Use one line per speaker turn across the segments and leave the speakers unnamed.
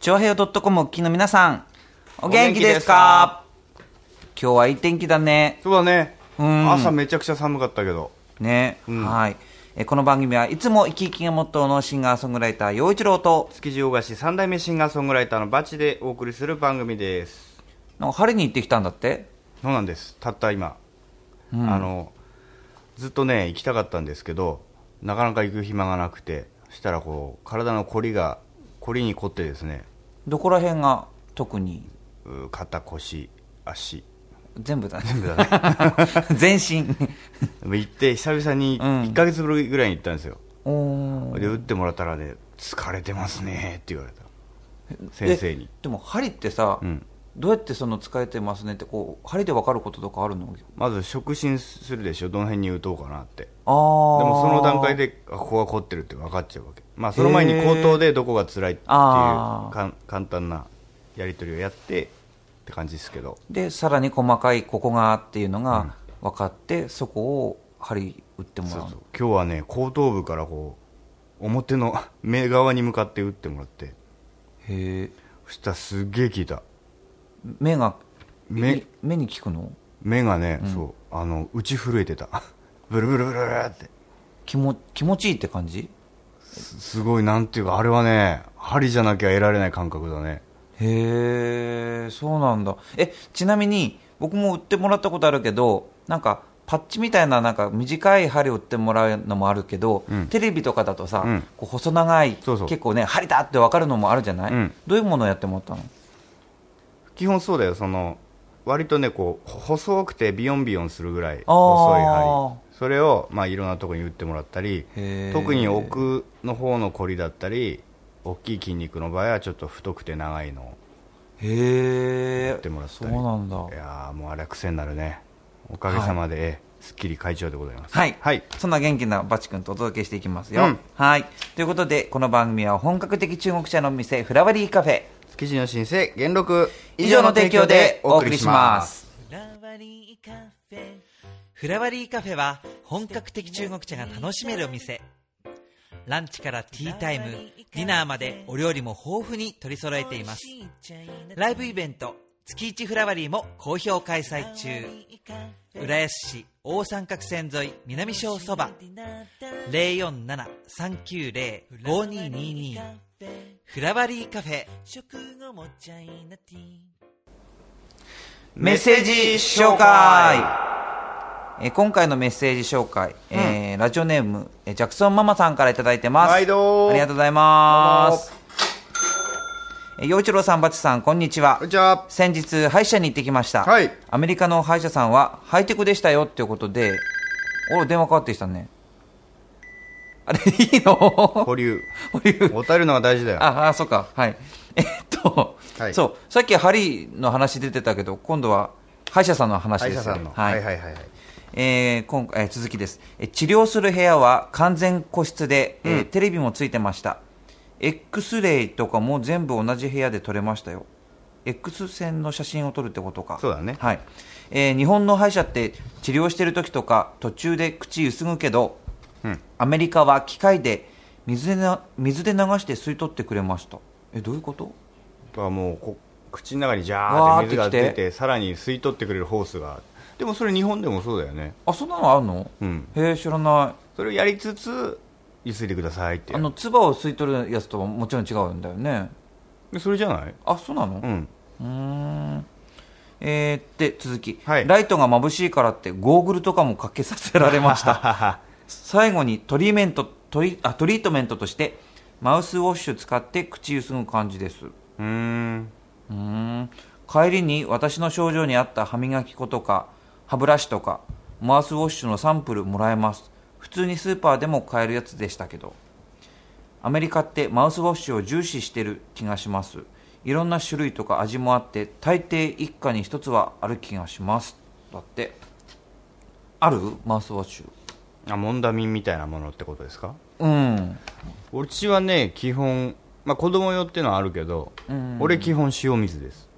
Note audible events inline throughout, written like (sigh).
長平洋 .com をお聞きの皆さん、お元気ですか今日はいい天気だね。
そうだね、
うん
朝めちゃくちゃ寒かったけど
ね。
うん
はい。えーこの番組はいつも生き生きがモットーのシンガーソングライター、陽一郎と、
築地大菓子三代目シンガーソングライターのバチでお送りする番組です
なんか春に行ってきたんだって
そうなんですたった今、
うん
あのずっとね行きたかったんですけどなかなか行く暇がなくてそしたらこう体の凝りが凝りに凝ってですね
どこら辺が特に
う肩腰足
全部だね。
(laughs) 全部だ
(laughs)
ね
全
(laughs)
身。
行って久々に
うん
1ヶ月ぶりぐらいに行ったんですよ、
おー
で打ってもらったらね疲れてますねって言われた先生に
えでも針ってさ、
うん
どうやってその疲れてますねってこう針で分かることとかあるの
まず触診するでしょどの辺に打とうかなって
あ
で
あ
もその段階であここが凝ってるって分かっちゃうわけまあその前に口頭でどこが辛いっていう
あー
かん簡単なやり取りをやってって感じですけど
でさらに細かいここがっていうのが分かって、そこを針打っても
そ
ら
う
う
そう今日はね後頭部からこう表の (laughs) 目側に向かって打ってもらって
へえ
そしたらすっげえ効いた
目が
目
い目に効くの
目がね、そうあの打ち震えてた (laughs) ブルブルブルブルって
気も気持ちいいって感じ
すすごいなんていうかあれはね針じゃなきゃ得られない感覚だね
へえそうなんだえちなみに僕も打ってもらったことあるけどなんかパッチみたいななんか短い針を打ってもらうのもあるけど、
うん
テレビとかだとさ、
うん
こう細長い
そうそう
結構ね針だって分かるのもあるじゃない、
うん
どういうものをやってもらったの
基本そうだよその割とねこうほ細くてビヨンビヨンするぐらい
あー
細い針それを、まあ、いろんなところに打ってもらったり
へー
特に奥の方のコリだったり大きい筋肉の場合はちょっと太くて長いのを
へ
打
え
ってもらった
そ
り
うなんだ
いやーもうあれは癖になるねおかげさまで、ええすっきり会長でございます
はい、
はい、
そんな元気なバチ君とお届けしていきますよ、
うん
はいということでこの番組は本格的中国茶のお店フラワリーカフェ
築地の新生元禄
以上の提供でお送りします
フラワリーカフェフラワリーカフェは本格的中国茶が楽しめるお店ランチからティータイムディナーまでお料理も豊富に取り揃えていますライブイベント月一フラワリーも好評開催中浦安市大三角線沿い南小そば0473905222フラワリーカフェ
メッセージ紹介えー今回のメッセージ紹介、えーラジオネームえージャクソンママさんからいただいてます
毎度
ありがとうございますえー陽一郎さんバチさんこんにちは
こんにちは
先日歯医者に行ってきました、
はい
アメリカの歯医者さんはハイテクでしたよっていうことでお電話かかってきたねあれいいの
保
(laughs)
留
保留
持たれるのが大事だよ
ああそっかはいえっと、
はい
そうさっき針の話出てたけど今度は歯医者さんの話
歯
で
医
す
者
よ
さんの、
はい、
はいはいはいはい
えー今回えー続きですえー治療する部屋は完全個室で、えーテレビもついてました X レイとかも全部同じ部屋で撮れましたよ X 線の写真を撮るってことか
そうだね
はいえー日本の歯医者って治療してる時とか途中で口ゆすぐけど、
うん
アメリカは機械で水でな水で流して吸い取ってくれましたえどういうこと
だからもうこ口の中にジャーって水が
わーってきて
出てさらに吸い取ってくれるホースがでもそれ日本でもそうだよね
あそんなのあるの、
うん
へえ知らな
それをやりつつゆすいでくださいって
いあの唾を吸い取るやつとはもちろん違うんだよね
でそれじゃない
あそうなの、
うん
うーんえー、で続き、
はい
ライトが眩しいからってゴーグルとかもかけさせられました
(laughs) はは
最後にトリーメントトリあトリートメントとしてマウスウォッシュ使って口ゆすぐ感じですう
うーん
ーん帰りに私の症状に合った歯磨き粉とか歯ブラシとかマウスウォッシュのサンプルもらえます普通にスーパーでも買えるやつでしたけどアメリカってマウスウォッシュを重視してる気がしますいろんな種類とか味もあって大抵一家に一つはある気がしますだってあるマウスウォッシュ
あモンダミンみたいなものってことですか
うん
うちはね基本まあ子供用っていうのはあるけど、
うん
俺基本塩水です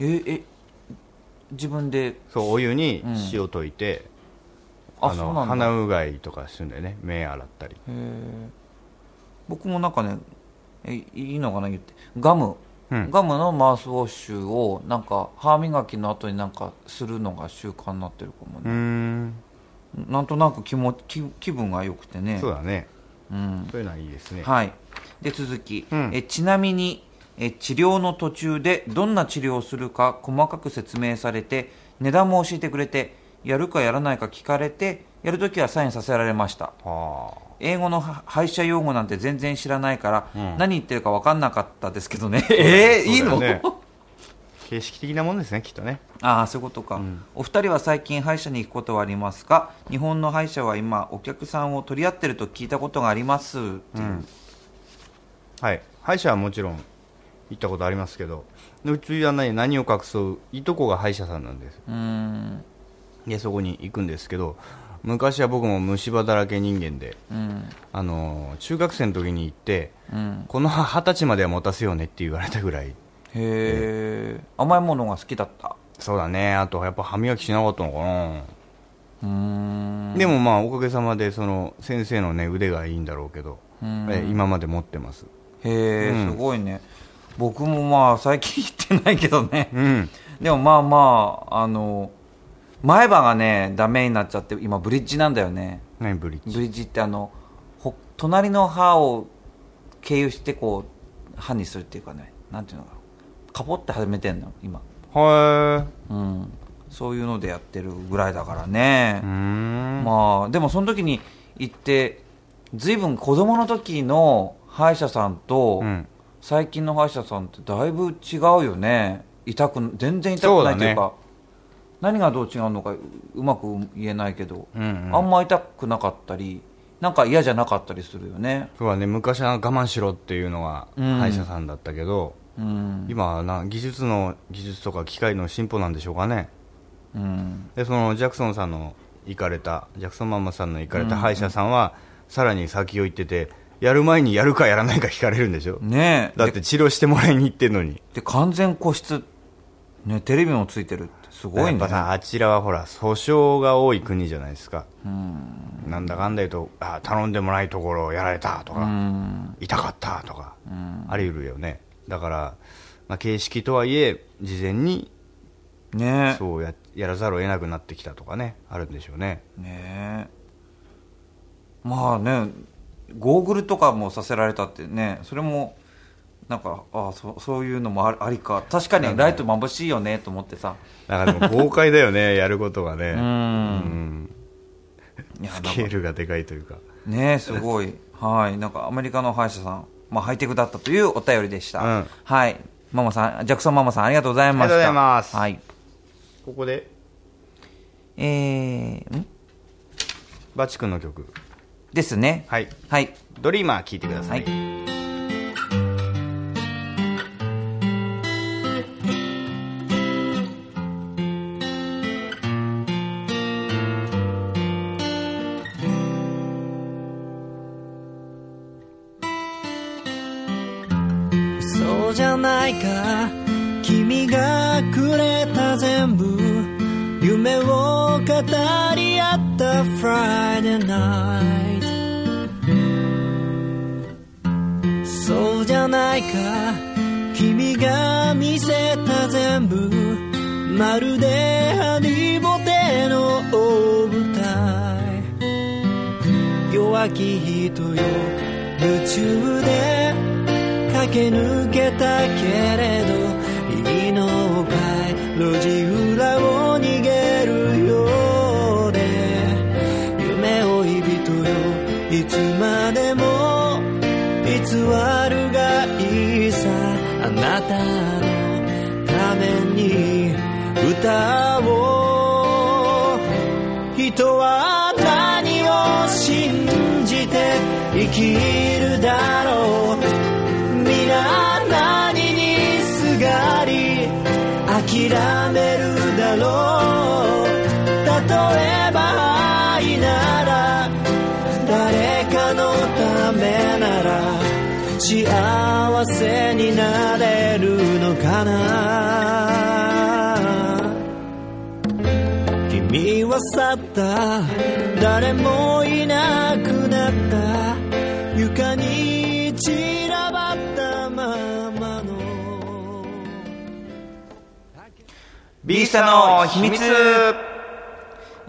ええ自分で
そうお湯に塩溶いて、
あ
あ
そう
の
なんだ
鼻うがいとかするんだよね目洗ったり
へー僕もなんかねえいいのかな言ってガム
うん
ガムのマウスウォッシュをなんか歯磨きの後になんかするのが習慣になってるかも
うー
ね、
ん
なんとなく気も気気分が良くてね
そうだね
うん
そういうのはいいですね
はい、で続き、
うん
えちなみにえ治療の途中でどんな治療をするか細かく説明されて値段も教えてくれてやるかやらないか聞かれてやるときはサインさせられました
は
英語のは歯医者用語なんて全然知らないから、
うん
何言ってるか分かんなかったですけどね (laughs) えー、いい
そ
の、
うだよね形式的なもんですねきっとね
ああそういうことか、
うん
お二人は最近歯医者に行くことはありますか日本の歯医者は今お客さんを取り合ってると聞いたことがありますっていう、
はい歯医者はもちろん行ったことありますけどうちはね何を隠そういとこが歯医者さんなんです
うーん
でそこに行くんですけど昔は僕も虫歯だらけ人間で
うん
あのー中学生の時に行って
うん
この歯二十歳までは持たせようねって言われたぐらい
へえ甘いものが好きだった
そうだねあとやっぱ歯磨きしなかったのかな
うーん
でもまあおかげさまでその先生のね腕がいいんだろうけど、
うん
え今まで持ってます
へえ、
うん
すごいね僕もまあ最近行ってないけどね
うん
でもまあまああの前歯がねダメになっちゃって今ブリッジなんだよね
何ブリッジ
ブリッジってあのほ隣の歯を経由してこう歯にするっていうかねなんていうのかなカポって始めてんの今
は
うんそういうのでやってるぐらいだからね
い、うーん、
まあでもその時に行って随分子供の時の歯医者さんと、
うん
最近の歯医者さんってだいぶ違うよね痛く全然痛くないという
そう
か何がどう違うのかううまく言えないけど、
うんうん
あんま痛くなかったりなんか嫌じゃなかったりするよね
そうだね昔は我慢しろっていうのは
うん
歯医者さんだったけど、
うん、
今はな技術の技術とか機械の進歩なんでしょうかね
うん、
でそのジャクソンさんの行かれたジャクソンママさんの行かれた歯医者さんは、さらに先を行っててやる前にやるかやらないか聞かれるんでしょ、
ねえ
だって治療してもらいに行ってんのに
でで完全個室ねテレビもついてるってすごい
や
ね
っぱさあちらはほら訴訟が多い国じゃないですか、
うん
なんだかんだ言うとあ頼んでもないところをやられたとか、
うん
痛かったとか、
うん
あり得るよねだから、まあ、形式とはいえ事前に
ね
そうややらざるを得なくなってきたとかねあるんでしょうね
えねえまあねゴーグルとかもさせられたってねそれもなんかああそそういうのもありありか確かにライト眩しいよねと思ってさ
だからでも豪快だよね (laughs) やることがね
うんいや
ス
なんか
ケールがでかいというか
ねえすごいはいなんかアメリカの歯医者さん、まあ、ハイテクだったというお便りでした、
うん
はいママさんジャクソンママさんありがとうございました
ありがとうございます
はい
ここで
えー、ん
バチ君の曲
ですね
はい
はい
「ドリーマー」聴いてくださ、
はいい
そうじゃないか君がくれた全部夢を語り合った Friday night そうじゃないか君が見せた全部まるでハリボテの大舞台弱き人よ夢中で駆け抜けたけれど意義の回路地裏を逃げるようで夢追い人よいつまでも偽るがいいさあなたのために歌おう人は何を信じて生きるだろう皆何にすがり諦めるだろう例えば愛なら誰かのためなら幸せになれるのかな君は去った誰もいなくなった床に散らばったままの
ビースタの秘密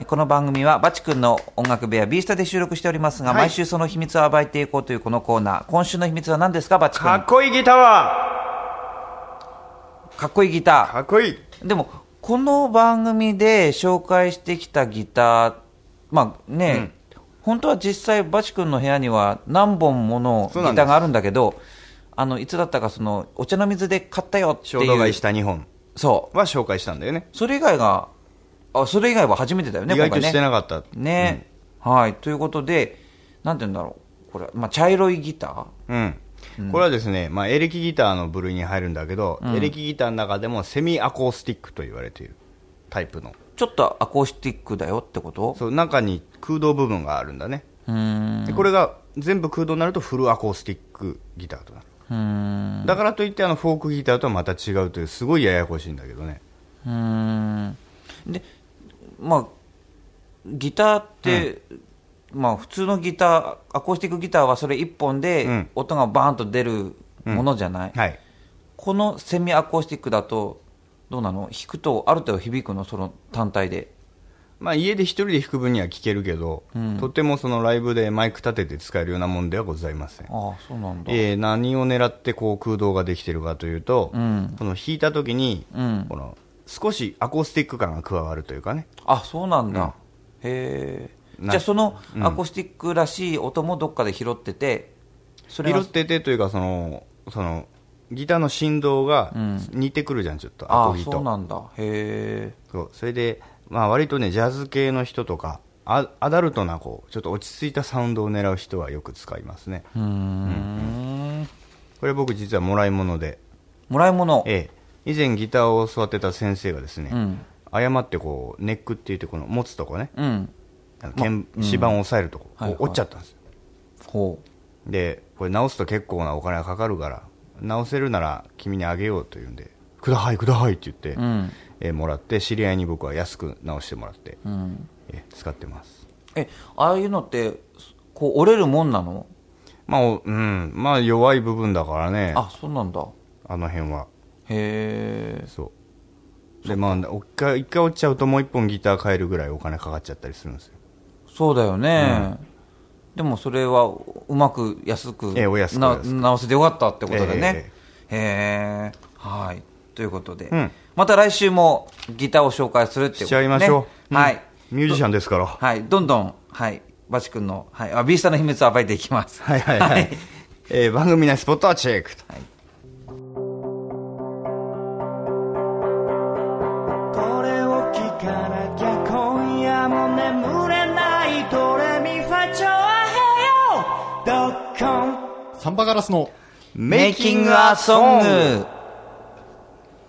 この番組はバチ君の音楽部屋ビースタで収録しておりますが、
はい
毎週その秘密を暴いていこうというこのコーナー今週の秘密は何ですかバチ君
かっこいいギターは
かっこいいギタ
かっこいい
ーでもこの番組で紹介してきたギターまあね、本当は実際バチ君の部屋には何本ものギ
そう
タ
な
ー
んです
があるんだけどあのいつだったかそのお茶の水で買ったよって
衝動買
い
いうした2本
そう
は紹介したんだよね
それ以外があそれ以外は初めてだよね
意外
今
と
回
してな
ね
かった、
ね、はいということでなんて言うんだろうこれ、まあ、茶色いギタ
うん、これはですね、まあ、エレキギターの部類に入るんだけど、エレキギターの中でもセミアコースティックと言われているタイプの
ーちょっとアコースティックだよってこと
そう中に空洞部分があるんだね
うーん
でこれが全部空洞になるとフルアコースティックギターとなる
うーん
だからといってあのフォークギターとはまた違うというすごいややこしいんだけどね
うーんでまあギターって、まあ普通のギターアコースティックギターはそれ1本
う
で
ん
音がバーンと出るものじゃない、
はい
このセミアコースティックだとどうなの弾くとある程度響くのその単体で
まあ家で一人で弾く分には聴けるけど、とてもそのライブでマイク立てて使えるようなもんではございません
ああそうなんだ
えー何を狙ってこう空洞ができてるかというと、
うん
この弾いた時に、
うん
この少しアコースティック感が加わるというかね
あそうなんだ、へえ
な
じゃあそのアコースティックらしい音もどっかで拾ってて、それが
拾っててというかそのそのギターの振動が似てくるじゃんちょっと、ア
あ
コ
あ
ギと
そうなんだへえ
そうそれで、まあ、割とねジャズ系の人とかアアダルトなこうちょっと落ち着いたサウンドを狙う人はよく使いますね
うーん
これ僕実はもらい物で、
もらい物
ええ以前ギターを教わってた先生がですね、誤ってこうネックって言ってこの持つとこね
うん
あの鍵指板を押さえるとこ、
はいはい
折っちゃったんですよ
ほ
でこれ直すと結構なお金がかかるから直せるなら君にあげようというんで「くだはいくだはい」って言って、
ん
えーもらって知り合いに僕は安く直してもらって、
う、うん、
えー使ってます
えああいうのってこう折れるもんなの
まあ、おうん、まあ弱い部分だからねあ
あそうなんだ
の辺は
へえ
そうでまあお一回一回落ちちゃうともう一本ギター買えるぐらいお金かかっちゃったりするんですよ
そうだよね、でもそれはうまく安く,、
ええお安くお安く
な直せてよかったってことでね、へえはいということで、
うん
また来週もギターを紹介するってこと
しちゃいましょう、うん
ねはい、
ミュージシャンですから
はい、どんどんはいバチ君の、はい、あビースタの秘密を暴いていきます
はいはいはい、えー番組内スポットはチェックと
これを聞かなきゃ今夜も眠れないドレミファチョアヘヨドッコン
サンバガラスの、
メイキングアソング
どうも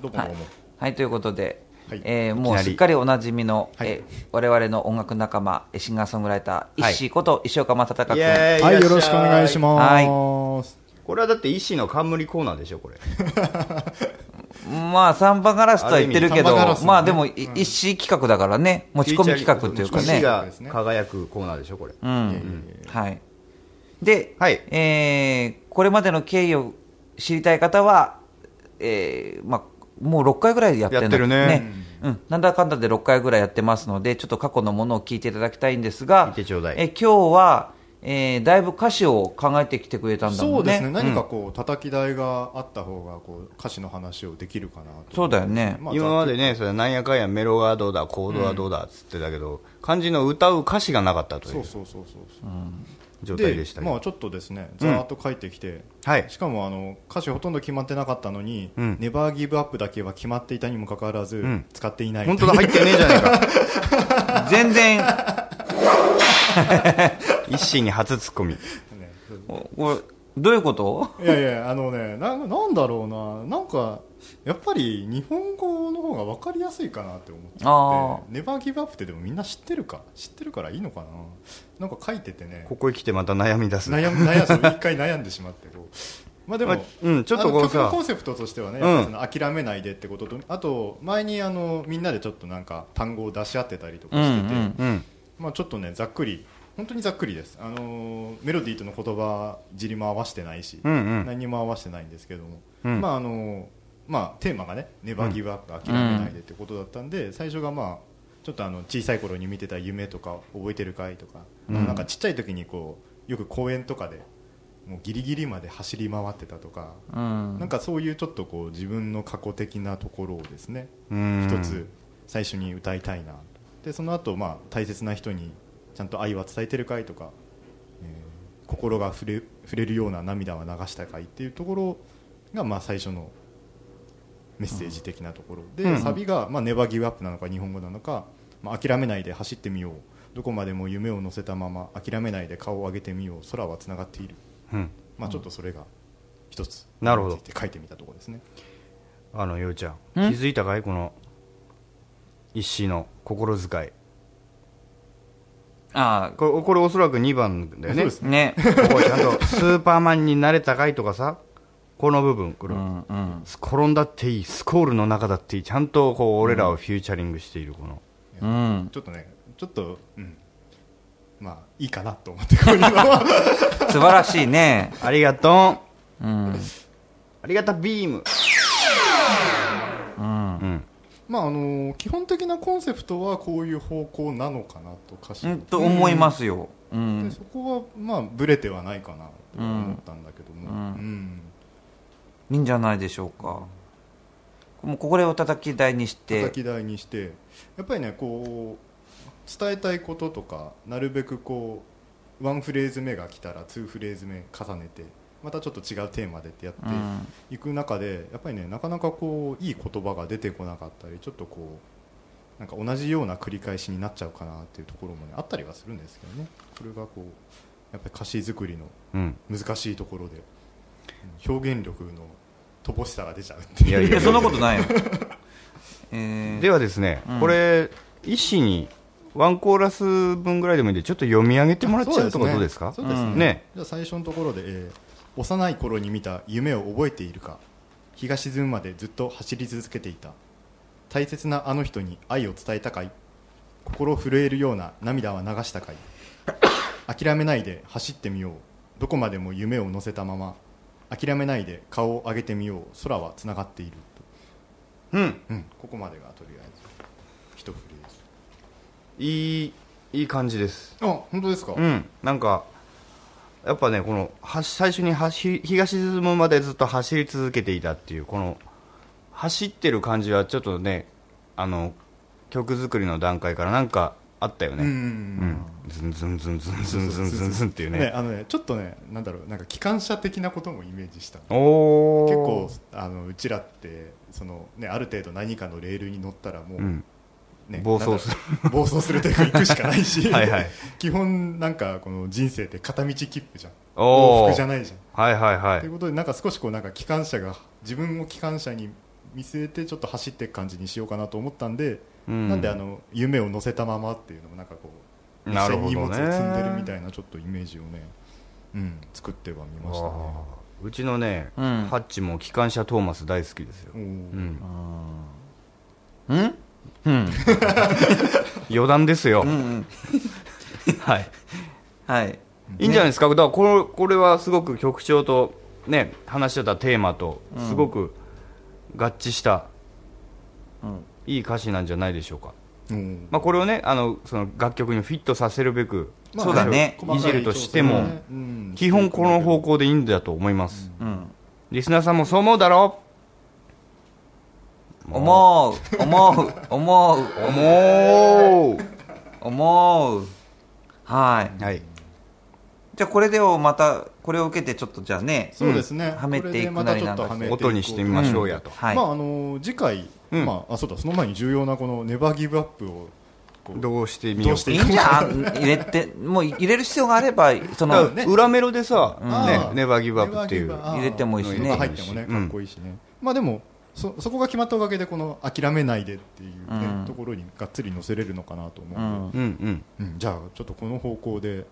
どうも。
はい、ということで、
はい
えー
い
もう
きなり
すっかりおなじみの、
はい
えー我々の音楽仲間、シンガーソングライター、
はい
石井こと石岡正隆
イ
君。
エーイ
はい、
らっゃ
よろしくお願いします。
これはだって医師の冠コーナーでしょ
(laughs)
これ
まあ、サンバガラスとは言ってるけ
ある
ど、
意味サンバガラスのね
まあでも、い石井企画だからね、持ち込み企画というか
医師
ね。
が輝くコーナーでしょこれ、
う
いえい
ん。はい。で、
はい
えーこれまでの経緯を知りたい方は、えーまあ、もう6回ぐらいやってる
や
ん
っ
だ
てるね
うん、なんだかんだで6回ぐらいやってますので、ちょっと過去のものを聞いていただきたいんですが、
聞いてちょうだい
え今日は、えーだいぶ歌詞を考えてきてくれたんだもんね。
そうですね、何かこう、叩き台があった方が、こう、歌詞の話をできるかなと。
そうだよね
まあ
今までねそれはなんやかんやメロがどうだコードはどうだっつってたけど、漢字の歌う歌詞がなかったとい
そううそうそうそう。
状態でしたけど
まあちょっとですね、ざーっと書いてきて、
はい
しかもあの歌詞ほとんど決まってなかったのに、
うん
ネバーギブアップだけは決まっていたにもかかわらず、
ん
使っていない。
本当だ入ってねえじゃないか
全然、
一心に初ツッコミ
ね
おこれ、どういうこと
いやいや、あのね、ななんだろうな、なんか、やっぱり日本語の方が分かりやすいかなって思ってて
あ
ネバーギブアップってでもみんな知ってるか、知ってるからいいのかな、なんか書いててね、
ここへ来てまた悩み出す
悩む悩そう一回悩んでしまってこうまあでも、
まあうんちょっとこう
あの曲の
さ
コンセプトとしてはね、
うん
やっぱりその諦めないでってこととあと前にあのみんなでちょっとなんか単語を出し合ってたりとかしてて、
うんうん
うん
まあちょっとねざっくり本当にざっくりですあのメロディーとの言葉尻も合わせてないし、
うんうん
何にも合わせてないんですけども、
うん
まああのまあ、テーマがね「ネバーギブアップ諦めないで」ってことだったんで、最初がまあちょっとあの小さい頃に見てた夢とか覚えてるかいとか、なんかちっちゃい時にこうよく公園とかでもうギリギリまで走り回ってたとか、
うん
なんかそういうちょっとこう自分の過去的なところをですね
うん
一つ最初に歌いたいなでその後まあ大切な人にちゃんと愛は伝えてるかいとか、えー心が触れ触れるような涙は流したかいっていうところがまあ最初のメッセージ的なところで、
うん
サビが、まあ、ネバーギブアップなのか日本語なのか、まあ、諦めないで走ってみようどこまでも夢を乗せたまま諦めないで顔を上げてみよう空はつながっている、
うん
まあ、ちょっとそれが一つ
なるほど
って書いてみたところですね
あのようちゃん気
ん
づいたかいこの石井の心遣い
あ
これこれおそらく2番だよね
そうです
あ
(laughs)
ね
ここちゃんとスーパーマンになれたかいとかさこの部分こ
う
れ、
んうん
転んだっていいスコールの中だっていいちゃんとこう俺らをフューチャリングしているこの、
うん
ちょっとねちょっとうんまあいいかなと思ってこういうのは
(laughs) 素晴らしいね
ありがとう
うん
ありがたビーム
うん
うん
まああの基本的なコンセプトはこういう方向なのかなと歌詞
う
の
んと思いますよう
で
ん
そこはまあブレてはないかなと思ったんだけども、
うん
うん
いいんじゃないでしょうかもうこれを叩き台にして
叩き台にしてやっぱりねこう伝えたいこととかなるべくこうワンフレーズ目が来たらツーフレーズ目重ねてまたちょっと違うテーマでってやって
うん
いく中で、やっぱりねなかなかこういい言葉が出てこなかったりちょっとこうなんか同じような繰り返しになっちゃうかなっていうところも、ね、あったりはするんですけどねこれがこうやっぱり歌詞作りの
うん
難しいところで表現力の乏しさが出ちゃうっていう
いやいや
いやそんなこと
(laughs)
ないよえー
ではですね、
うん
これ医師にワンコーラス分ぐらいでもいいんでちょっと読み上げてもらっちゃうとかどうですか
そうですね
うん
ね
じゃあ最初のところで、えー幼い頃に見た夢を覚えているか日が沈むまでずっと走り続けていた大切なあの人に愛を伝えたかい心震えるような涙は流したかい諦めないで走ってみようどこまでも夢を乗せたまま諦めないで顔を上げてみよう空はつながっている
うん
と、うん、ここまでがとりあえず一フレーズ
いいいい感じです
あ本当ですか、
うんなんかやっぱねこのは最初にはし日が沈むまでずっと走り続けていたっていうこの走ってる感じはちょっとねあの曲作りの段階からなんかあったよね
うん
うんズンズンズンズンズンズンズンズンっていうね
あのねちょっとねなんだろうなんか機関車的なこともイメージした結
おお
構あのうちらってその、ね、ある程度何かのレールに乗ったらもう、
うん
ね、
暴走する
なんだろう暴走するというか行くしかないし
はいはい
(laughs) 基本なんかこの人生って片道切符じゃん
おー
往復じゃないじゃん
はいはいは
という
い
ことでなんか少しこうなんか機関車が自分を機関車に見据えてちょっと走っていく感じにしようかなと思ったんで、
うん
なんであの夢を乗せたままっていうのもなんかこう
なるほどね
一緒に荷物を積んでるみたいなちょっとイメージをね、うん、作ってはみましたね
あーうちのね、
うん
ハッチも機関車トーマス大好きですよ
お、ー
うん、
うんうん
余談ですよ、
うんうん
(laughs) はい
はい
いいんじゃないですか、だからこれこれはすごく曲調と、ね、話してたテーマとすごく合致した、
うん
いい歌詞なんじゃないでしょうか、
おー
まあ、これをねあのその楽曲にフィットさせるべく、
まあ
そうだね
細か
いじるとしても
調整ねうん
基本この方向でいいんだと思います、
うん
リスナーさんもそう思うだろう
思う思う思
(laughs)
う
う思
思うは
うはい
いじゃあこれでをまたこれを受けてちょっとじゃあね
そうですね、
うんはめていくなりなんかして
これでまたちょっとはめていこう
音にしてみましょうやと、
はい
まああのー次回、
うん
まあ、あそうだその前に重要なこの「ネバーギブアップ」をこう
どうしてみよ
ど
う
うし
いいんじゃん (laughs) 入れてもう入れる必要があればそ
だ
の
から裏メロでさ、
あ
ね
ー、
ネバーギブアップってい
ネ
う
バーギブアップ
入れてもいいしね
あー入ってもね、かっこいいしね。まあでも、そそこが決まったおかげで、この諦めないでっていう、ね
うん
ところにがっつり載せれるのかなと思う
う
の
ん
で、
うんうん
うんじゃあ、ちょっとこの方向で、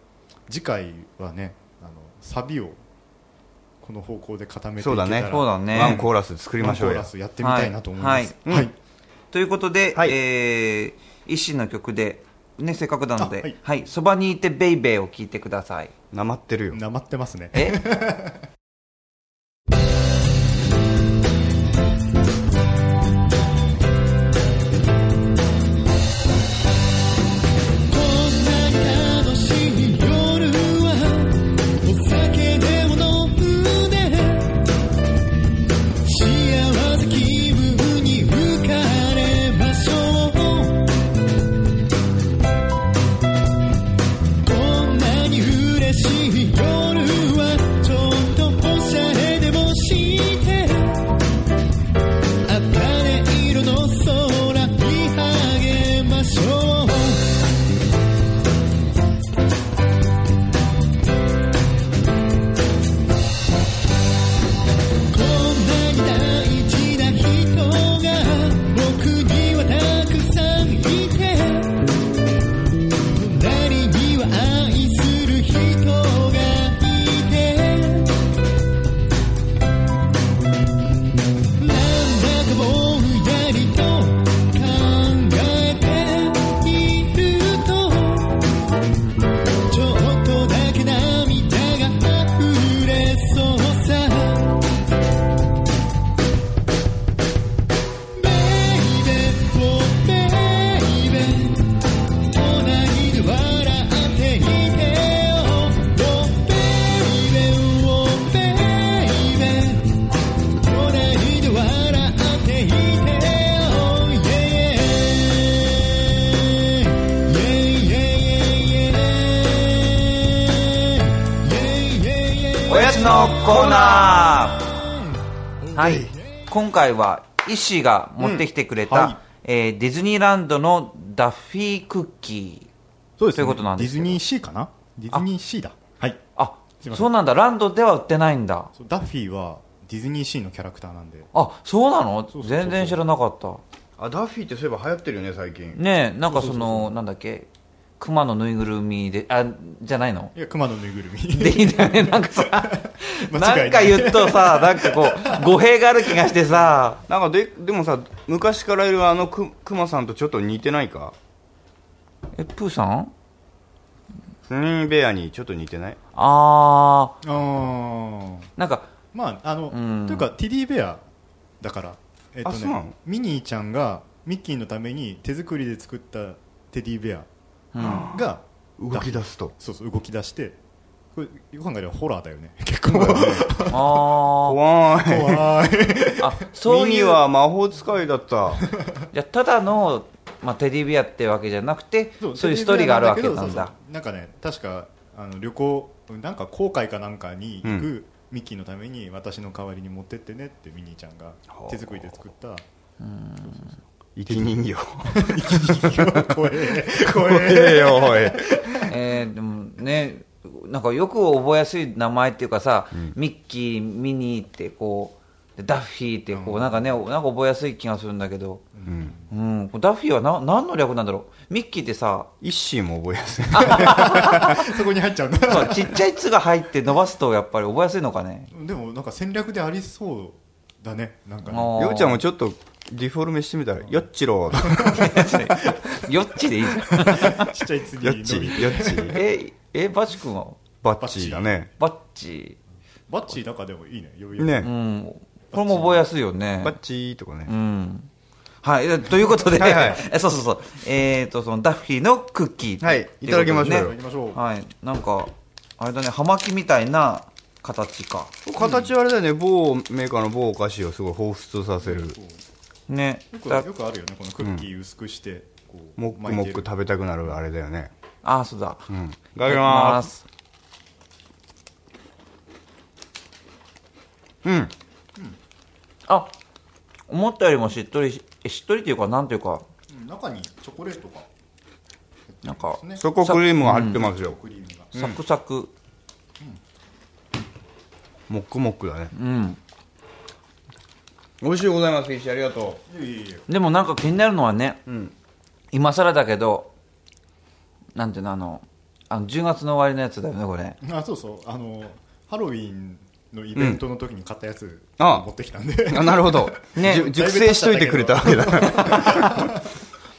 次回はね、あのサビをこの方向で固めていけたら、
そうだね
そうだね
ワンコーラス作りましょう
ワンコー
よ
ラスやってみたいなと思います。
はい
はい
はい
ということで、
はい
えー、一心の曲で、ね、せっかくなの
あは
で
い
「はいそば、にいてベイベー」を聴いてください
なまってるよ
なまってますね。
えのコーナーはい今回は医師が持ってきてくれた、
うんはい
えーディズニーランドのダッフィークッキー
そうですね
ということなんですけ
ディ
ど
ズニーシーかなディズニーシーだはい
あ
すいません
そうなんだランドでは売ってないんだ
そうダッフィーはディズニーシーのキャラクターなんで
あそうなの
そうそうそう
全然知らなかった
あダッフィーってそういえば流行ってるよね最近
ねえなんかそのなんだっけ熊のぬいぐるみであじゃないの (laughs)
いや熊のぬいぐる
(laughs)
み
でいいんだよ (laughs) ねなんかさ
間
な
違
ん
い
か
ない
言うとさなんかこう語弊がある気がしてさ
なんかででもさ昔からいるあのくクマさんとちょっと似てないか
えプーさん
スニーベアにちょっと似てない
あー
あー
なんか
まああ
う
の、
ん
というかティディベアだからえっと
あそうなの
ねミニーちゃんがミッキーのために手作りで作ったテディベアが、
動き出すと
そうそう動き出してこれよく考えればホラーだよね (laughs) 結構
(laughs) あー
怖い
怖い (laughs)
あそう
ミニ
いう
は魔法使いだ (laughs) った
いやただの、まあ、テディベアってわけじゃなくてそういうストーリーがあるわけなんだ
そうそうなんかね確かあの旅行なんか航海かなんかに行く、
う
ミッキーのために私の代わりに持ってってねってミニーちゃんが
ほう
手作りで作った
生き人形
怖え
(laughs)
怖
怖
え
えよおい
えーでもねなんかよく覚えやすい名前っていうかさ、ミッキーミニーってこうでダッフィーってこう、なんかねなんか覚えやすい気がするんだけど、うんダッフィーはな何の略なんだろうミッキーってさ (laughs)
一心も覚えやすい
そこに入っちゃうんだ
そうちっちゃい「つ」が入って伸ばすとやっぱり覚えやすいのかね
でもなんか戦略でありそうだねなんかね
あー
ようちゃんもちょっとディフォルメしてみたらよっちろー
よっちでいい
(laughs)
じゃん
(laughs) ちっちゃい次
よ
の
っち
み
よっち
ええバチ君は
バッチーだね
バッチ
バッチーだからでもいいね余
ー
裕
う
ね
んこれも覚えやすいよね
バッチーとかね
うんはい、えということで、
はいはい
(laughs) えそうそうそう、えっ、と、そのダッフィーのクッキー、
はい
ってうことで
いただきましょう
い
よ
ただきましょう
はい、なんか、あれだね、葉巻みたいな形か。
形はあれだよね某メーカーの某お菓子をすごい彷彿とさせる
ね、
よく
だ
よくあるよねこのクッキー薄くしてこう
もっく
巻い
もってく
る
食べたくなるあれだよね
あ、そうだ。い
うんいただきます
す。
うん
あ、思ったよりもしっとりし、えしっとりっていうか、なんていうか、
うん中にチョコレートが
なんか、
ね
そこクリームが入ってますよ
クリーム
サ
が
クサク、
もっくもっくだね
うん。
美味しいございます石ありがと
いやいやいや
でもなんか気になるのはね、
ううん
今更だけど、なんていうの、あの、あの10月の終わりのやつだよね、これ。
あそうそうあのハロウィンのイベントの時に買ったやつ
ああ
持ってきたんで、
あなるほど
ね
じゅ熟成しといてくれたわけだ (laughs)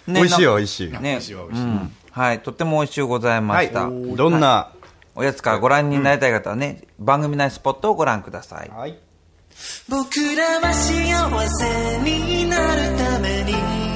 美味しいよ美味しい
ね、
美味しいわ美味しい
うんはい、とっても美味しゅうございました、
はいどんな
おやつからご覧になりたい方はね、番組内スポットをご覧ください
はい
僕らは幸せになるために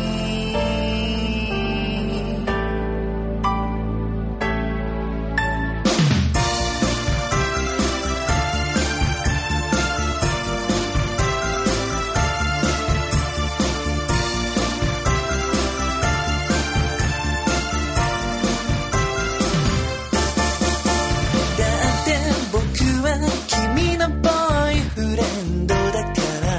だって僕は君のボーイフレンドだから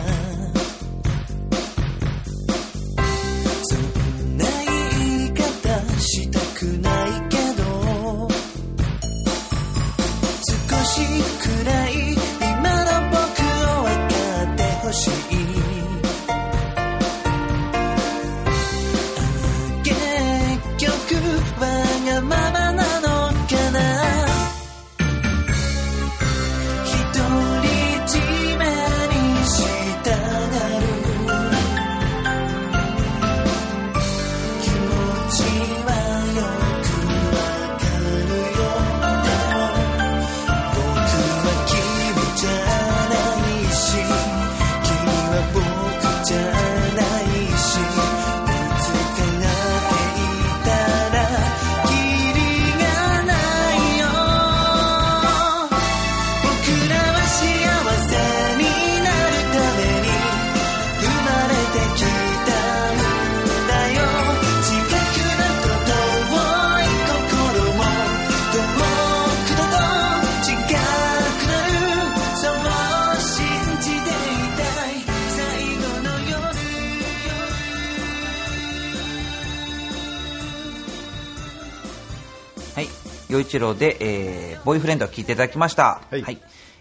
陽一郎で、えーボーイフレンドを聞いていただきました。
はい
えー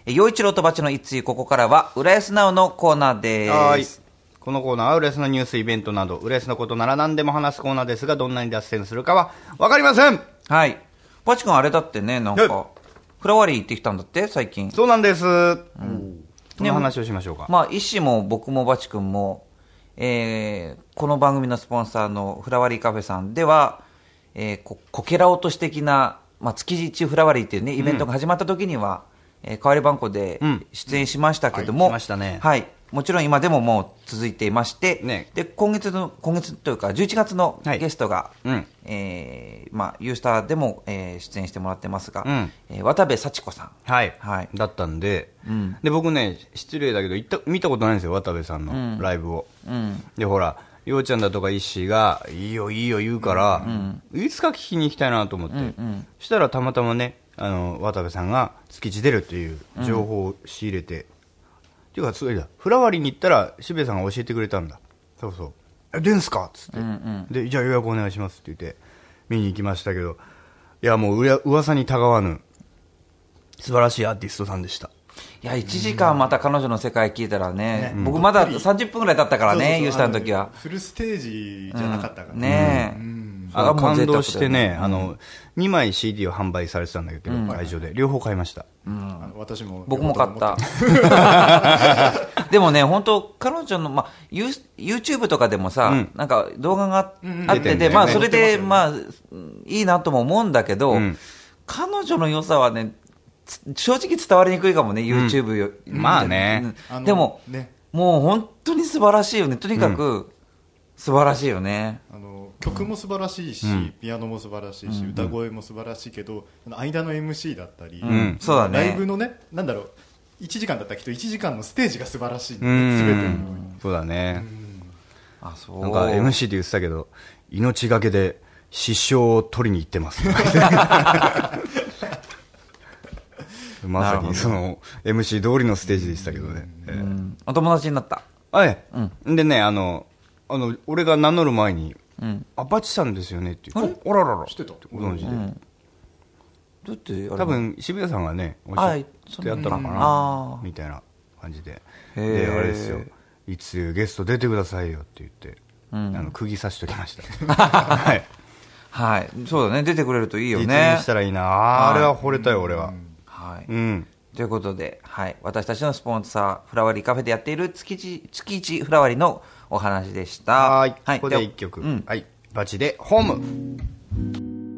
陽一郎とバチの一通、ここからは、浦安なおのコーナーです。
はーい。このコーナーは、浦安のニュース、イベントなど、浦安のことなら何でも話すコーナーですが、どんなに脱線するかは、わかりません
はい。パチ君あれだってね、なん
は
か、フラワリー行ってきたんだって、最近。
そうなんです。どの話をしましょうか。
まあ、医師も僕もバチ君も、えーこの番組のスポンサーのフラワリーカフェさんでは、えーこ、こけら落とし的な、まあ、月一フラワリーっていうね、イベントが始まった時には、えー、代わり番号で
うん
出演しましたけど
は
も、
いしましたね
はい。もちろん今でももう続いていまして、
ね
で、今月の、今月というか、11月の
はい
ゲストが、
うん
えーまあ、ユースターでも、えー出演してもらってますが、
うん
えー渡部幸子さん。
はい、
はい
だったんで、
うん
で僕ね、失礼だけど行った、見たことないんですよ、渡部さんのライブを。
うん。
で、ほら、ようちゃんだとか石井が、いいよ、いいよ言うから、いつか聞きに行きたいなと思って、そしたらたまたまね、あの渡部さんが築地出るっていう情報を仕入れて、っていうか、そうだ、フラワリーに行ったら、渋谷さんが教えてくれたんだ、そうそう、え出んすかっつって、で、じゃあ予約お願いしますって言って、見に行きましたけど、いや、もううや噂にたがわぬ、素晴らしいアーティストさんでした。
いや、1時間また彼女の世界聞いたらね、僕まだ30分ぐらい経ったから
そうそう
ね、
そう
ユースターの時
あ
は。
フルステージじゃなかったから、
ねえ。
あの
もう
感
贅沢だよ
動してね、あの、2枚 CD を販売されてたんだけど、会場で。両方買いました。
あの私も
僕も買っ
両方
(laughs)
とも
た。でもね、本当彼女の、まあ、ユー YouTube とかでもさ、
うん
なんか動画があって
出てんだ
て、
よね
まあ、それで、
載って
まあ、いいなとも思うんだけど、
うん
彼女の良さはね、つ正直伝わりにくいかもね、YouTube よ。
まあね
うん
あの
でも、
ね
もう本当に素晴らしいよね。とにかく、素晴らしいよね。
あの曲も素晴らしいし、ピアノも素晴らしいし、歌声も素晴らしいけどあの間の MC だったり、
ん
そうだね
ライブのねなんだろう1時間だったけど1時間のステージが素晴らし
う
い、
ん
全ての
そうだね。
あ、そう。
なんか MC で言ってたけど、命がけで失笑を取りに行ってます。まさにその MC 通りのステージでしたけどね。ええ
うんお友達になった。
あええでね、あの、あの、俺が名乗る前に
ん、
あ、バチさんですよねっていう。
あれ
おららら。
知ってた
ご存知で。
だってあれ、
多分渋谷さんがねおっし
あ
ゃってやったのか
そんなあ
な
ー
みたいな感じで
へ
で
ー
あれですよいつゲスト出てくださいよって言って、あの釘刺しときまし
(laughs)
たはい
はい。そうだね。出てくれるといいよ
実
ね
にし。たらいいなあーあれは惚れたよ俺は
はい。
うん
ということで、はい、私たちのスポンサー、フラワリーカフェでやっている月一月一フラワリーのお話でした。
はーいここで一曲、
うん
はいバチでホーム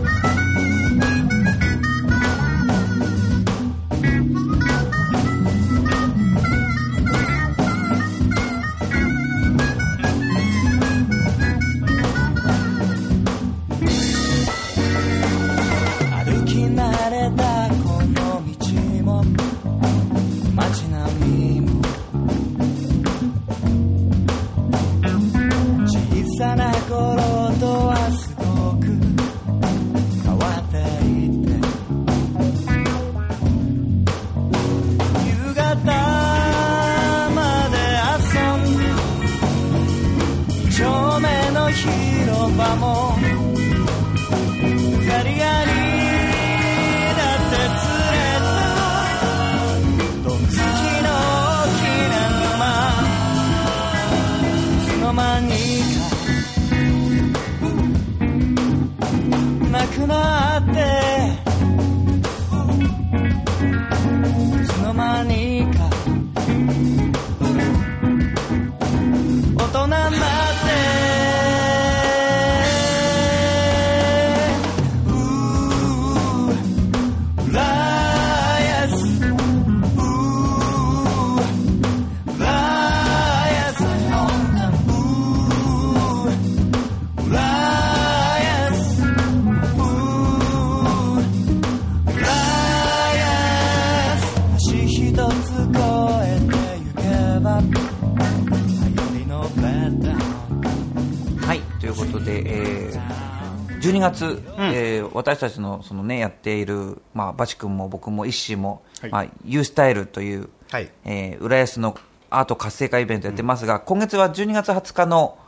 12月、えー私たちのその、ね、やっている、まあ、バチ君も僕も石も、
はい
まあ、ユースタイルという、
はい
えー浦安のアート活性化イベントやってますが、今月は12月20日の、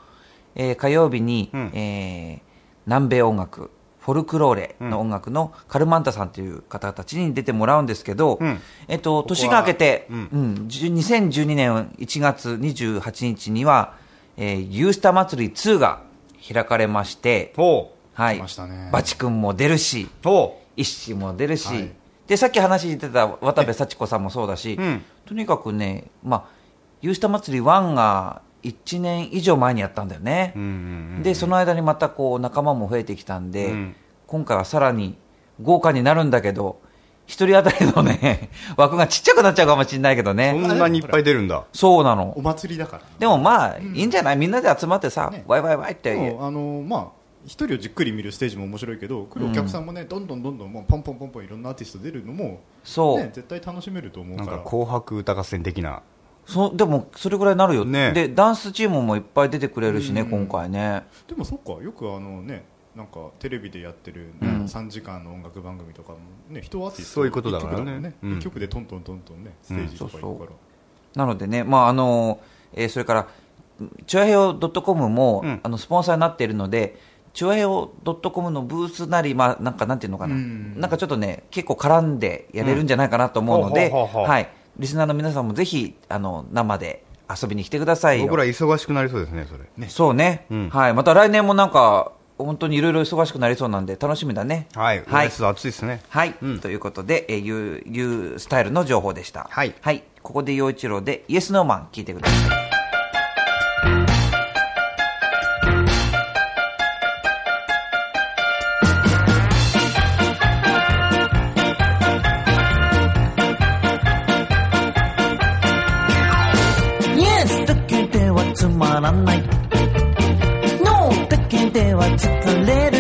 えー火曜日に、
うん
えー南米音楽フォルクローレの音楽のカルマンタさんという方たちに出てもらうんですけど、
うん
えっと、
こは
年が明けて、う
うんん
10 2012年1月28日には、えー、ユースタ祭り2が開かれまして、
ほ
はい
来ましたね
バチ君も出るし、
うほ
一子も出るし、
はい
でさっき話してた渡部幸子さんもそうだし、
うん
とにかくね、まあ、ユースタ祭り1が1年以上前にやったんだよね。
ううんうんうん
でその間にまたこう仲間も増えてきたんで、
うん
今回はさらに豪華になるんだけど一人当たりのね (laughs) 枠がちっちゃくなっちゃうかもしれないけど
そ
ね
んなにいっぱい出るんだ
そうな
お
の
祭りだから
でもまあ、いいんじゃないみんなで集まってさ、
ね
ワイワイワイっ
で
て
もあのまあ一人をじっくり見るステージも面白いけど来るお客さんもね、どんどんどんどんもうポンポンポンポンいろんなアーティスト出るのも、
そう、
ね、絶対楽しめると思う
な
か
ん
ら
か紅白歌合戦的な
そでもそれぐらいになるよ、
ね
でダンスチームもいっぱい出てくれるしね、
うん
今回ね
でもそっかよくあのねなんかテレビでやってる、ね
うん
3時間の音楽番組とかもね人はアーティスト
そういうことだからね
一曲もんね
うん
一曲でトントントントンねステージとか行くから、
なのでね、まああのえーそれから、チュアヘオ .com も、
うん
あのスポンサーになっているので、チュアヘオ .com のブースなり、まあ、なんかなんていうのかな、
うん
なんかちょっとね、結構絡んでやれるんじゃないかなと思うので、
うんほうほうほうほう
はい、リスナーの皆さんもぜひあの生で遊びに来てくださいよ。
僕ら忙しくなりそうですねそれ
そうね、
うん
はい、また来年もなんか、本当にいろいろ忙しくなりそうなんで、楽しみだね。
はい浦安暑いですね
はい、
うん
ということで、えー、ゆう、ゆうスタイルの情報でした。
はい
はい、ここで陽一郎で、イエスノーマン聞いてください。
イエスだけではつまらない。ノーだけでは疲れる。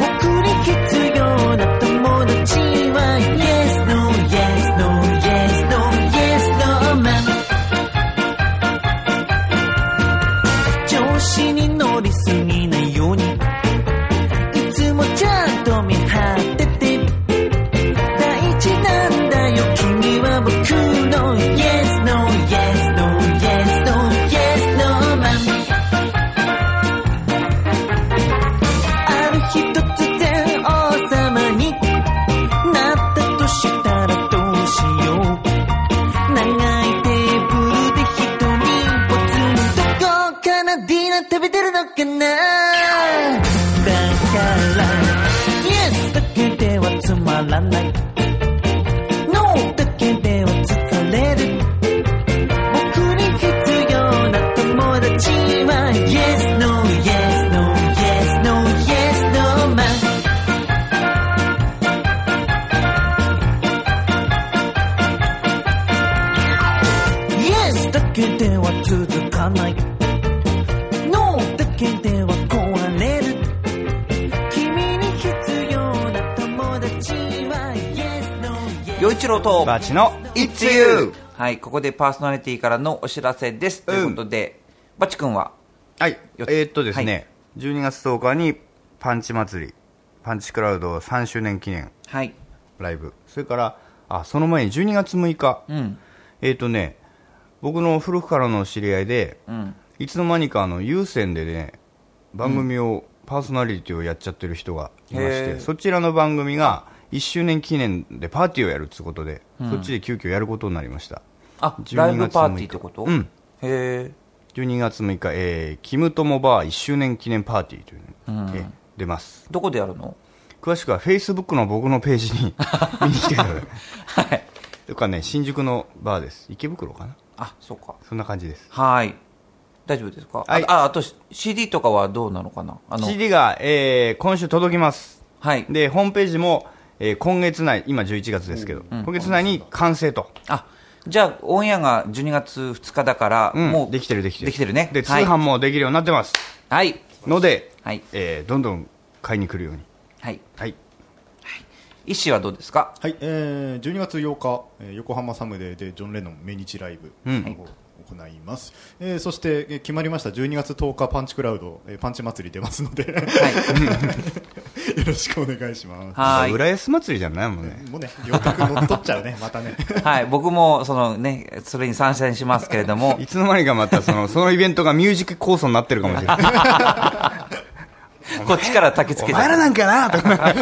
僕に必要な友達は Yes, No, Yes, No, Yes, No, Yes, No, Man。調子に乗りすぎないように。いつもちゃんと見張ってて。大事なんだよ君は僕の Yes No Yes No Yes No Yes No Man ある日突然王様になったとしたらどうしよう長いテーブルで一人ぼつんどこからディナー食べてるのかなだからイエスだけではつまらないノーだけでは疲れる僕に必要な友達は Yes No Yes No Yes No Yes No Man イエスだけでは続かないノーだけでは壊れる君に必要な友達は Yes No Yes
陽一郎と
バチの「It's You
はい、ここでパーソナリティからのお知らせです。ということで、バチ君は、」
はいえ
よっ
ーっとですね、12月10日にパンチ祭りパンチクラウド3周年記念
はい、
ライブそれからあその前に12月6日、
うん、
えーっとね僕の古くからの知り合いで
うん、
いつの間にかあの有線でね番組を、パーソナリティをやっちゃってる人がいまし
へー
てそちらの番組が1周年記念でパーティーをやるってことで、そっちで急遽やることになりました
あ、
12
ライブパーティーってこと
うん
へえ、
12月6日、えーキムトモバー1周年記念パーティーというのに、えー出ます
どこでやるの
詳しくはフェイスブックの僕のページ
(laughs)
に見に来てください
はい。
とかね新宿のバーです池袋かな
あ、そうか。
そんな感じです
はい。大丈夫ですか、
はい
ああ、あと CD とかはどうなのかなあの、
CD が、えー今週届きます
はい。
でホームページも、えー今月内今11月ですけど、今月内に完成と、
あ、じゃあ、オンエアが12月2日だから、
うん
もう、
できてるできてる
できてるね。
で通販もできるようになってます、
はい。はい。
ので、
はい
えーどんどん買いに来るように
はい。
はい
医師はどうですか
はい、えー、12月8日、えー横浜サムデーでジョン・レノン命日ライブ
うん
の方を行います、えーそしてえー決まりました12月10日パンチクラウド、えーパンチ祭り出ますので (laughs) よろしくお願いします
はーい。
浦安祭りじゃないもんね。
もうね両角乗っ取っちゃうねまたね
はい。僕も、そのね、それに参戦しますけれども
(laughs) い、つの間にかまたその、 (laughs) そのイベントがミュージック構想になってるかもしれない。
こっちから焚き付
お
け
前
て
ら。なんかなとか。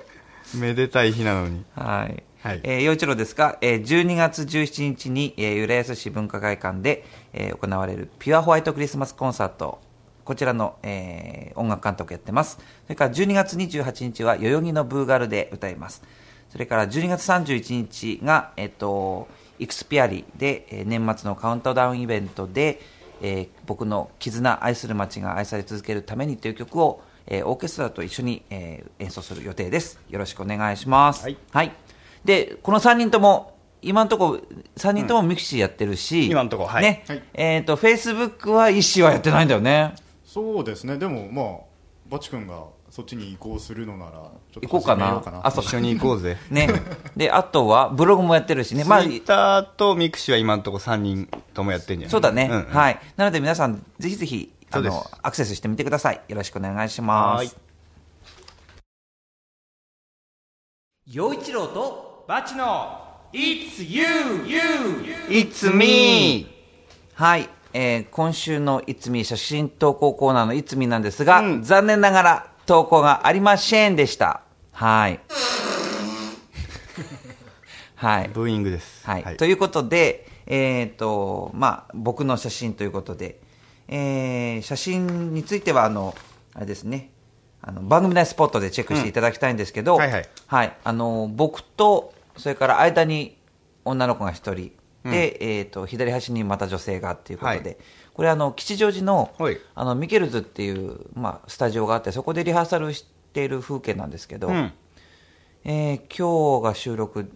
(laughs) めでたい日なのに。
はい。
はい
えー、陽一郎ですが、えー、12月17日に、えー、浦安市文化会館で、えー行われるピュアホワイトクリスマスコンサート、こちらの、えー音楽監督やってます。それから12月28日は、代々木のブーガルで歌います。それから12月31日が、えっ、と、イクスピアリで、えー年末のカウントダウンイベントで、えー僕の絆愛する街が愛され続けるためにという曲を、えーオーケストラと一緒に、えー演奏する予定です。よろしくお願いします。はい。で、この3人とも、今のところ、3人ともミクシーやってるし、
今のとこはい
ね、
はい
えっ、と、Facebook は一誌はやってないんだよ
(laughs)
ね。
そうですねでもまあバチ君がそっちに移行するのならちょっ
行
と
こうか
始め
な。
ようかな
あ、そう
一緒に行こうぜ。
ね。で、あとは、ブログもやってるし (laughs) ね。
ツイ
まあ、
ッターとミクシーは今のところ3人ともやってんじゃない
そうだね、
んん
はい。なので皆さん、ぜひぜひ、あ
そう
の
です、
アクセスしてみてください。よろしくお願いしま
はーい
す。
陽一郎とバチの It's you, you!
It's me!
はい。えー今週のいつみ写真投稿コーナーのいつみなんですが、残念ながら投稿がありませんでした。はい。はい。
ブーイングです。
はい。ということで、えっ、と、まあ、僕の写真ということで、えー写真については、あの、あれですね、あの番組内スポットでチェックしていただきたいんですけど、
うんはいはい
あの、僕と、それから間に女の子が一人、で、えっ、と、左端にまた女性がっていうことで、
はい
これ、あの、吉祥寺の、
はい
あの、ミケルズっていう、まあ、スタジオがあって、そこでリハーサルしている風景なんですけど、
うん。
えー今日が収録、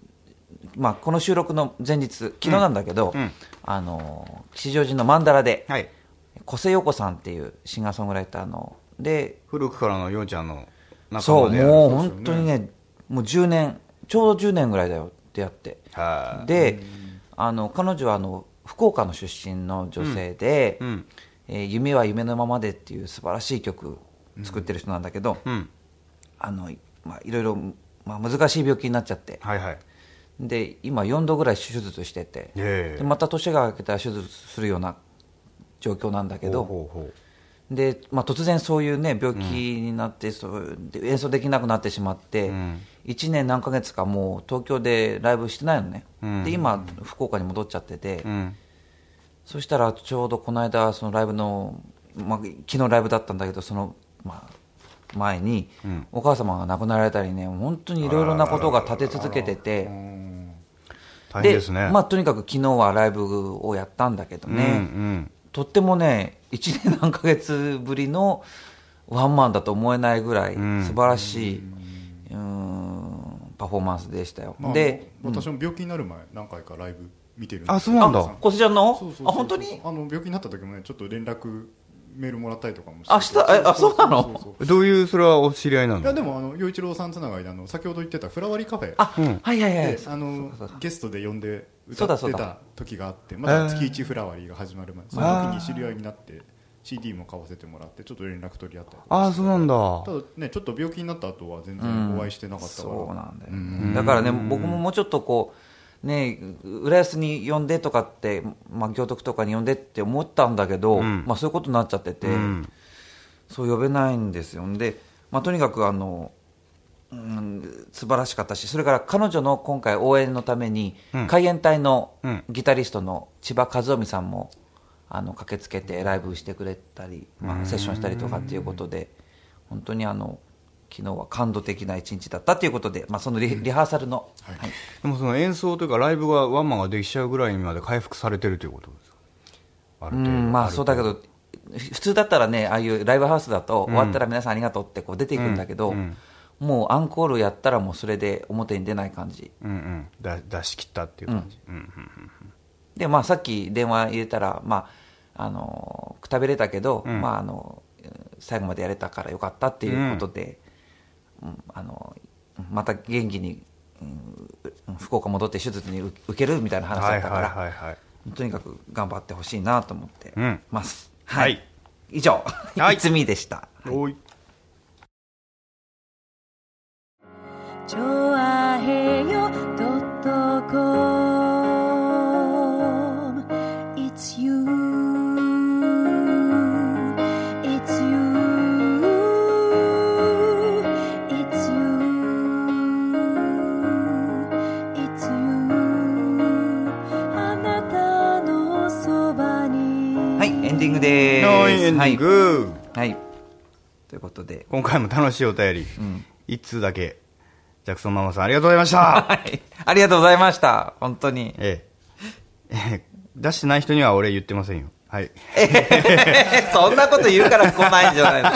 まあ、この収録の前日、昨日なんだけど、
うんうん
あのー吉祥寺のマンダラで、
はい。
小瀬陽子さんっていうシンガーソングライターの、で、
古くからのようちゃんの仲
そ
間
う、
でやる
もう本当にね、もう10年、ちょうど10年ぐらいだよってやって。
はい。
で、あの彼女はあの福岡の出身の女性で、
うんうん
えー夢は夢のままでっていう素晴らしい曲作ってる人なんだけど、
うん。
あのまあ、いろいろ、まあ、難しい病気になっちゃって、
はいはい。
で今4度ぐらい手術してて、
ええ
でまた年が明けたら手術するような状況なんだけど
ほうほうほう
で、まあ、突然そういう、ね、病気になって、そうで演奏できなくなってしまって、
ん
1年何ヶ月かもう東京でライブしてないのね、
うん
で今福岡に戻っちゃってて、
うん。
そしたらちょうどこの間そのライブの、まあ、昨日ライブだったんだけどその、まあ、前に
ん
お母様が亡くなられたりね本当にいろいろなことが立て続けてて。
大変ですね。
まあ、とにかく昨日はライブをやったんだけど
うん、
ね、
うん。
とってもね、1年何ヶ月ぶりのワンマンだと思えないぐらい
ん
素晴らしい、うんパフォーマンスでしたよ。
まあ
で、
もう私も病気になる前何回かライブ見てるん
あそうなんだ
小瀬ちゃんの
そうそうそう
あ、本当に
あの病気になった時もねちょっと連絡メールもらったりとかもして
あしたえあそうなの
どういう、それはお知り合いないの
やでもあの陽一郎さんつながりであの先ほど言ってたフラワリカフェ
あ、
うん
はいはいはい
で。あの
そうかそうか
ゲストで呼んで
そう
歌
だ
っ
そう
て
だ
た時があってまだ月一フラワリーが始まる前その時に知り合いになって CD も買わせてもらってちょっと連絡取り合ったりとか
ああ、そうなんだ。
ただねちょっと病気になった後は全然お会いしてなかったから、
そうなんだよ、
うん
だからね僕ももうちょっとこうね浦安に呼んでとかって、まあ、行徳とかに呼んでって思ったんだけど、
うん
まあ、そういうことになっちゃってて、
うん
そう呼べないんですよで、まあ、とにかくあの、うん、素晴らしかったしそれから彼女の今回応援のために、
うん
海援隊の
うん
ギタリストの千葉和臣さんもあの駆けつけてライブしてくれたり、まあ、セッションしたりとかっていうことで本当にあの昨日は感動的な一日だったということで、まあ、そのリリハーサルの、はい
でもその演奏というか、ライブがワンマンができちゃうぐらいにまで回復されてるということですかある
う
程度
んまあそうだけ。どふ普通だったらねああいうライブハウスだと、終わったら皆さんありがとうってこう出ていくんだけど、
うん
もうアンコールやったらもうそれで表に出ない感じ
うんうん。だ出し切ったっていう感じ。うん
で、まあ、さっき電話入れたら、まあ、あのくたびれたけど、
うん
まあ、あの最後までやれたからよかったっていうことで、うんあのまた元気に、うん、福岡戻って手術に受受けるみたいな話
は
だ
い
ったか
はい
ら、
はいはい。
とにかく頑張ってほしいなと思って
うん
ます、
は
はいい以上、、
は
(laughs)
いい
つみでした
おい
ちょあへよ .com It's you It's you It's you It's you あなたのそばに
はいエンディングで
ノ
ー
イ
す
エンディング、
はい、はい、ということで
今回も楽しいお便り、
ん
一通だけジャクソンママさんありがとうございました
はいありがとうございました本当
(laughs)
に
ええええ出してない人には俺言ってませんよはい
そんなこと言うから来ないんじゃないの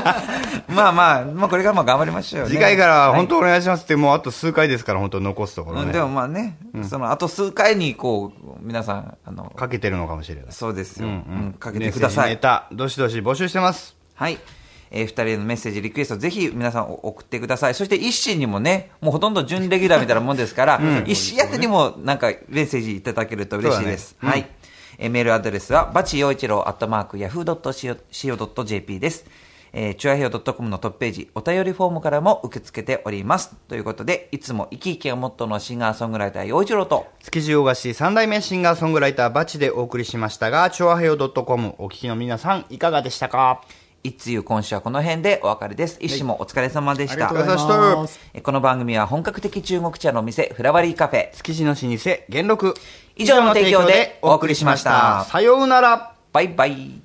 (laughs) まあまあ、まあ、これからも頑張りましょうね。
次回からは本
当、
当お願いしますって、もうあと数回ですから、本当残すところ
うん
ね。
でもまあね、その、あと数回に、こう、皆さん、あの、
かけてるのかもしれない。
そうです
う
よ、
ん
う
うんん。
かけてくださ
メッセージネ
い。
タ、どしどし募集してます。
はい。えー、二人へのメッセージ、リクエスト、ぜひ皆さんお送ってください。そして、一心にもね、もうほとんど準レギュラーみたいなもんですから、一心宛てにも、なんか、メッセージいただけると嬉しいです。
そうだ
は
ね
い。えーメールアドレスは、バチ陽一郎アットマーク、ヤフー .co.jp です。えー、チュアヘオ .com のトップページ、お便りフォームからも受け付けております。ということで、いつも生き生きがモットーのシンガーソングライター、陽一郎と、
築地大菓子三代目シンガーソングライターバチでお送りしましたが、チョアヘヨ .com お聞きの皆さん、いかがでしたか
いつゆ今週はこの辺でお別れです。一心もお疲れ様でした。
ありがとうございます
えーこの番組は本格的中国茶のお店、フラワリーカフェ。
築地の老舗、元禄。
以上の提供でお送りしました
さようなら。
バイバイ。